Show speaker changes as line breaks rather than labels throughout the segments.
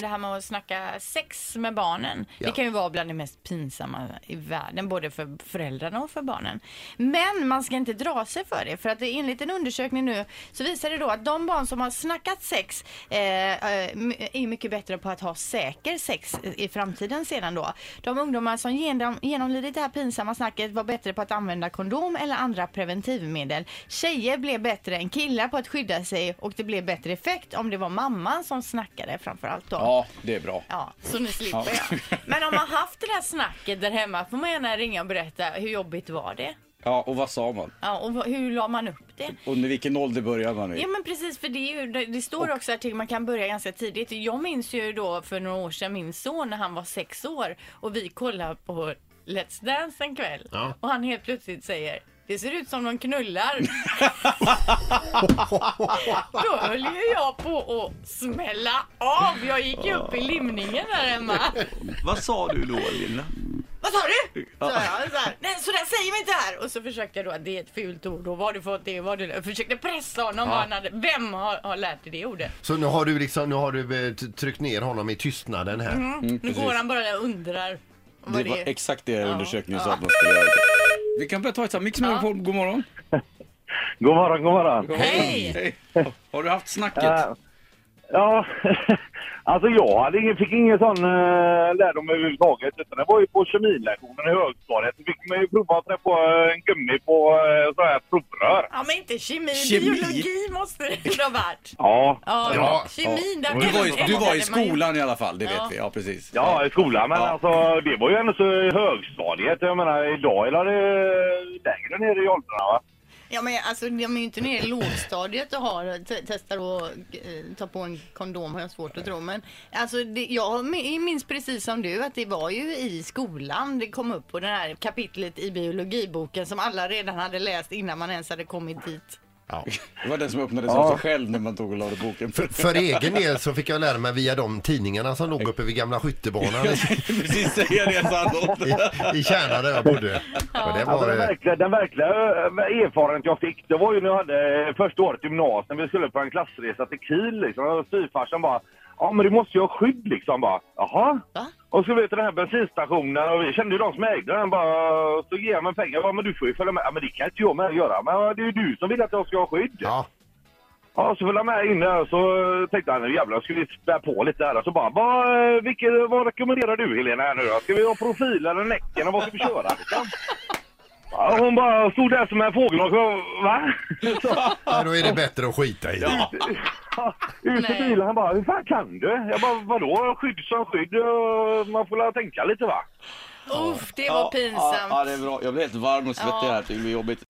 det här med att snacka sex med barnen.
Ja.
Det kan ju vara bland det mest pinsamma i världen, både för föräldrarna och för barnen. Men man ska inte dra sig för det, för att det- enligt en undersökning nu så visar det då att de barn som har snackat sex eh, eh, m- är mycket bättre på att ha säker sex i- i framtiden sedan då. De ungdomar som genom, genomlidit det här pinsamma snacket var bättre på att använda kondom eller andra preventivmedel. Tjejer blev bättre än killar på att skydda sig och det blev bättre effekt om det var mamman som snackade framförallt då.
Ja, det är bra.
Ja, så nu slipper jag. Men om man haft det här snacket där hemma får man gärna ringa och berätta hur jobbigt var det?
Ja, och vad sa man?
Ja, och vad- hur la man upp det?
Under vilken ålder börjar man i?
Ja men precis för det, är ju, det, det står också att man kan börja ganska tidigt. Jag minns ju då för några år sedan min son när han var sex år och vi kollade på Let's Dance en kväll
Ja.
och han helt plötsligt säger det ser ut som de knullar. Då höll ju jag på att smälla av. Jag gick ju upp i limningen där hemma.
Vad sa du då, Linda?
Vad sa du? Sa jag så här. Nej, så där säger vi inte här. Och så försökte jag då, att det är ett fult ord och var har du fått det? Var har du... Jag försökte pressa honom. vad Han hade... Vem har, har lärt dig det ordet?
Så nu har du liksom, nu har du eh, t- tryckt ner honom i tystnaden här.
Nu går han bara där och undrar vad
Mm, Det
det,
var
är.
exakt det undersökningen sa att man skulle göra. Vi kan börja ta ett samtal. Mix Megapol, god morgon.
God morgon, god morgon.
Hej!
Har du haft snacket?
Eh, ja, alltså jag hade ingen, fick ingen sån uh, lärdom överhuvudtaget. Utan det var ju på kemilektionen i högstadiet. Då fick man ju prova att träffa eh, en gummi på uh, sådana här provrör.
Ja men inte kemi,
Kemi.
biologi måste det ha varit.
Ja.
Ja,
Ja,
kemin där
Du var, i, du var i
älskade man ju.
skolan i alla fall, det
Ja.
vet vi. Ja, precis.
Ja, i skolan. Men
Ja.
alltså det var ju ändå så i högstadiet. Jag menar idag är det längre ner i åldrarna va?
Ja men alltså de är ju inte nere i lågstadiet och har, eh, te- testar att eh, ta på en kondom har jag svårt att tro. Men alltså det, jag mi- minns precis som du att det var ju i skolan det kom upp på det här kapitlet i biologiboken som alla redan hade läst innan man ens hade kommit dit.
Ja.
Det var den som öppnades av sig själv när man tog och lade boken.
För egen del så fick jag lära mig via de tidningarna som låg uppe vid gamla skyttebanan i,
precis säga det Sandholt.
i Kärna där jag bodde. Och det
Alltså,
var,
den,
eh,
verkliga, den verkliga eh, erfarenhet jag fick, det var ju när jag hade eh, första året i gymnasiet, när vi skulle på en klassresa till Kiel liksom. Och styvfarsan bara, ja men du måste ju ha skydd liksom bara, jaha?
Va?
Och så vet du den här bensinstationen och vi kände ju de som ägde den bara, så ger jag mig pengar, ja men du får ju följa med, ja men det kan inte jag med göra, men ja, det är ju du som vill att jag ska ha skydd.
ja.
Ja, så följde han med in där och så tänkte han, nu jävlar ska vi spä på lite här. Och Så bara, vad, vilket, vad rekommenderar du Helena här nu då? Ska vi ha profil eller näcken och vad ska vi köra liksom? Ja, hon bara stod där som en fågel och så, va? Så,
Nej, Då är det bättre att skita i det.
ut i
Nej.
bilen, han bara, hur fan kan du? Jag bara, vadå? Skydd som skydd, eh, man får väl tänka lite va?
Uff, det var
Ja, ja,
pinsamt.
det är bra. Jag blir helt varm och svettig här. Det blir jobbigt.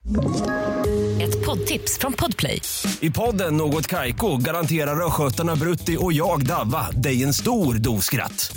Ett poddtips från Podplay.
I podden Något Kaiko garanterar östgötarna Brutti och jag, Davva, dig en stor dos skratt.